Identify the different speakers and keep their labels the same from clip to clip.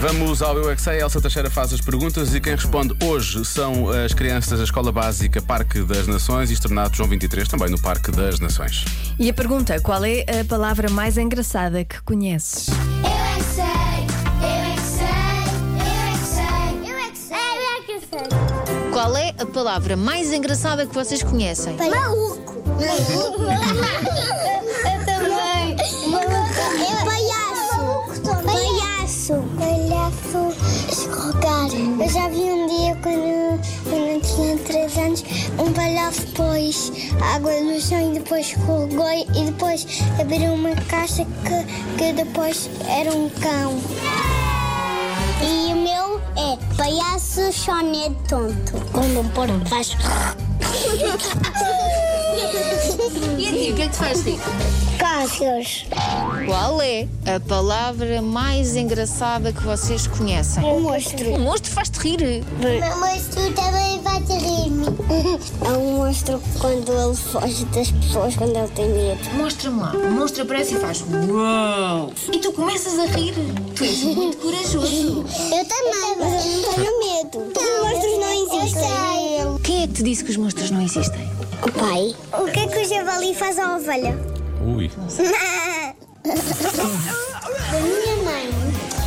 Speaker 1: Vamos ao Eu é que Sei. A Elsa Teixeira faz as perguntas e quem responde hoje são as crianças da Escola Básica Parque das Nações e Externato João 23, também no Parque das Nações.
Speaker 2: E a pergunta: qual é a palavra mais engraçada que conheces?
Speaker 3: Eu é que sei, eu é que sei, eu é que sei, eu é que sei, eu é que sei, eu é que sei.
Speaker 4: Qual é a palavra mais engraçada que vocês conhecem?
Speaker 3: Maluco. Maluco. Eu também. Maluco. É palhaço. Maluco também. Palhaço. Palhaço escorregar. Eu já vi um dia quando, quando eu tinha 3 anos, um palhaço pôs água no chão e depois escorregou e depois abriu uma caixa que, que depois era um cão. E o meu é palhaço choné tonto. Quando um porco faz.
Speaker 4: E a ti, o que é que te faz rir?
Speaker 3: Cássios.
Speaker 4: Qual é a palavra mais engraçada que vocês conhecem?
Speaker 3: Um monstro.
Speaker 4: O monstro faz-te rir.
Speaker 3: O monstro também vai te rir-me. É um monstro quando ele foge das pessoas, quando ele tem medo.
Speaker 4: Mostra-me lá. O monstro aparece e faz uau. E tu começas a rir. Tu és muito corajoso.
Speaker 3: Eu também, mas eu não tenho medo. Os monstros não existem.
Speaker 4: Quem é que te disse que os monstros não existem?
Speaker 3: O pai. O que é que o javali faz à ovelha?
Speaker 1: Ui.
Speaker 3: da minha mãe.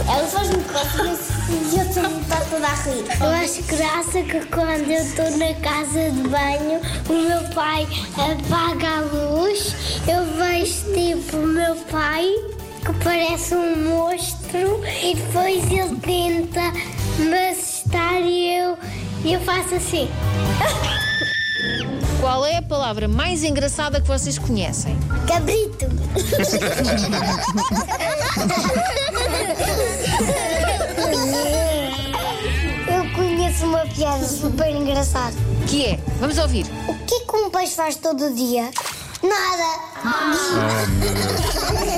Speaker 3: Ela faz-me cócegas e eu estou toda a rir. Eu acho graça que quando eu estou na casa de banho, o meu pai apaga a luz, eu vejo tipo o meu pai, que parece um monstro, e depois ele tenta me assustar e eu, e eu faço assim.
Speaker 4: Qual é a palavra mais engraçada que vocês conhecem?
Speaker 3: Cabrito. Eu conheço uma piada super engraçada.
Speaker 4: Que é? Vamos ouvir.
Speaker 3: O que é que um peixe faz todo dia? Nada. Eu tenho.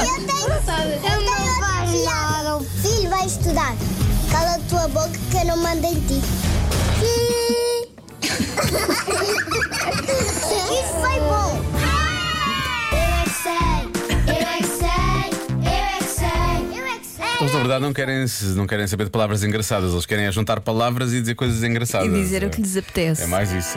Speaker 3: Eu tenho outra piada. Filho, vai estudar. Cala a tua boca que eu não mando em ti. Isso foi bom. Eu é que sei, eu é que sei, eu é que sei, eu é que sei.
Speaker 1: Eles, na verdade, não querem, não querem saber de palavras engraçadas, eles querem é juntar palavras e dizer coisas engraçadas.
Speaker 2: E dizer o que lhes apetece.
Speaker 1: É mais isso.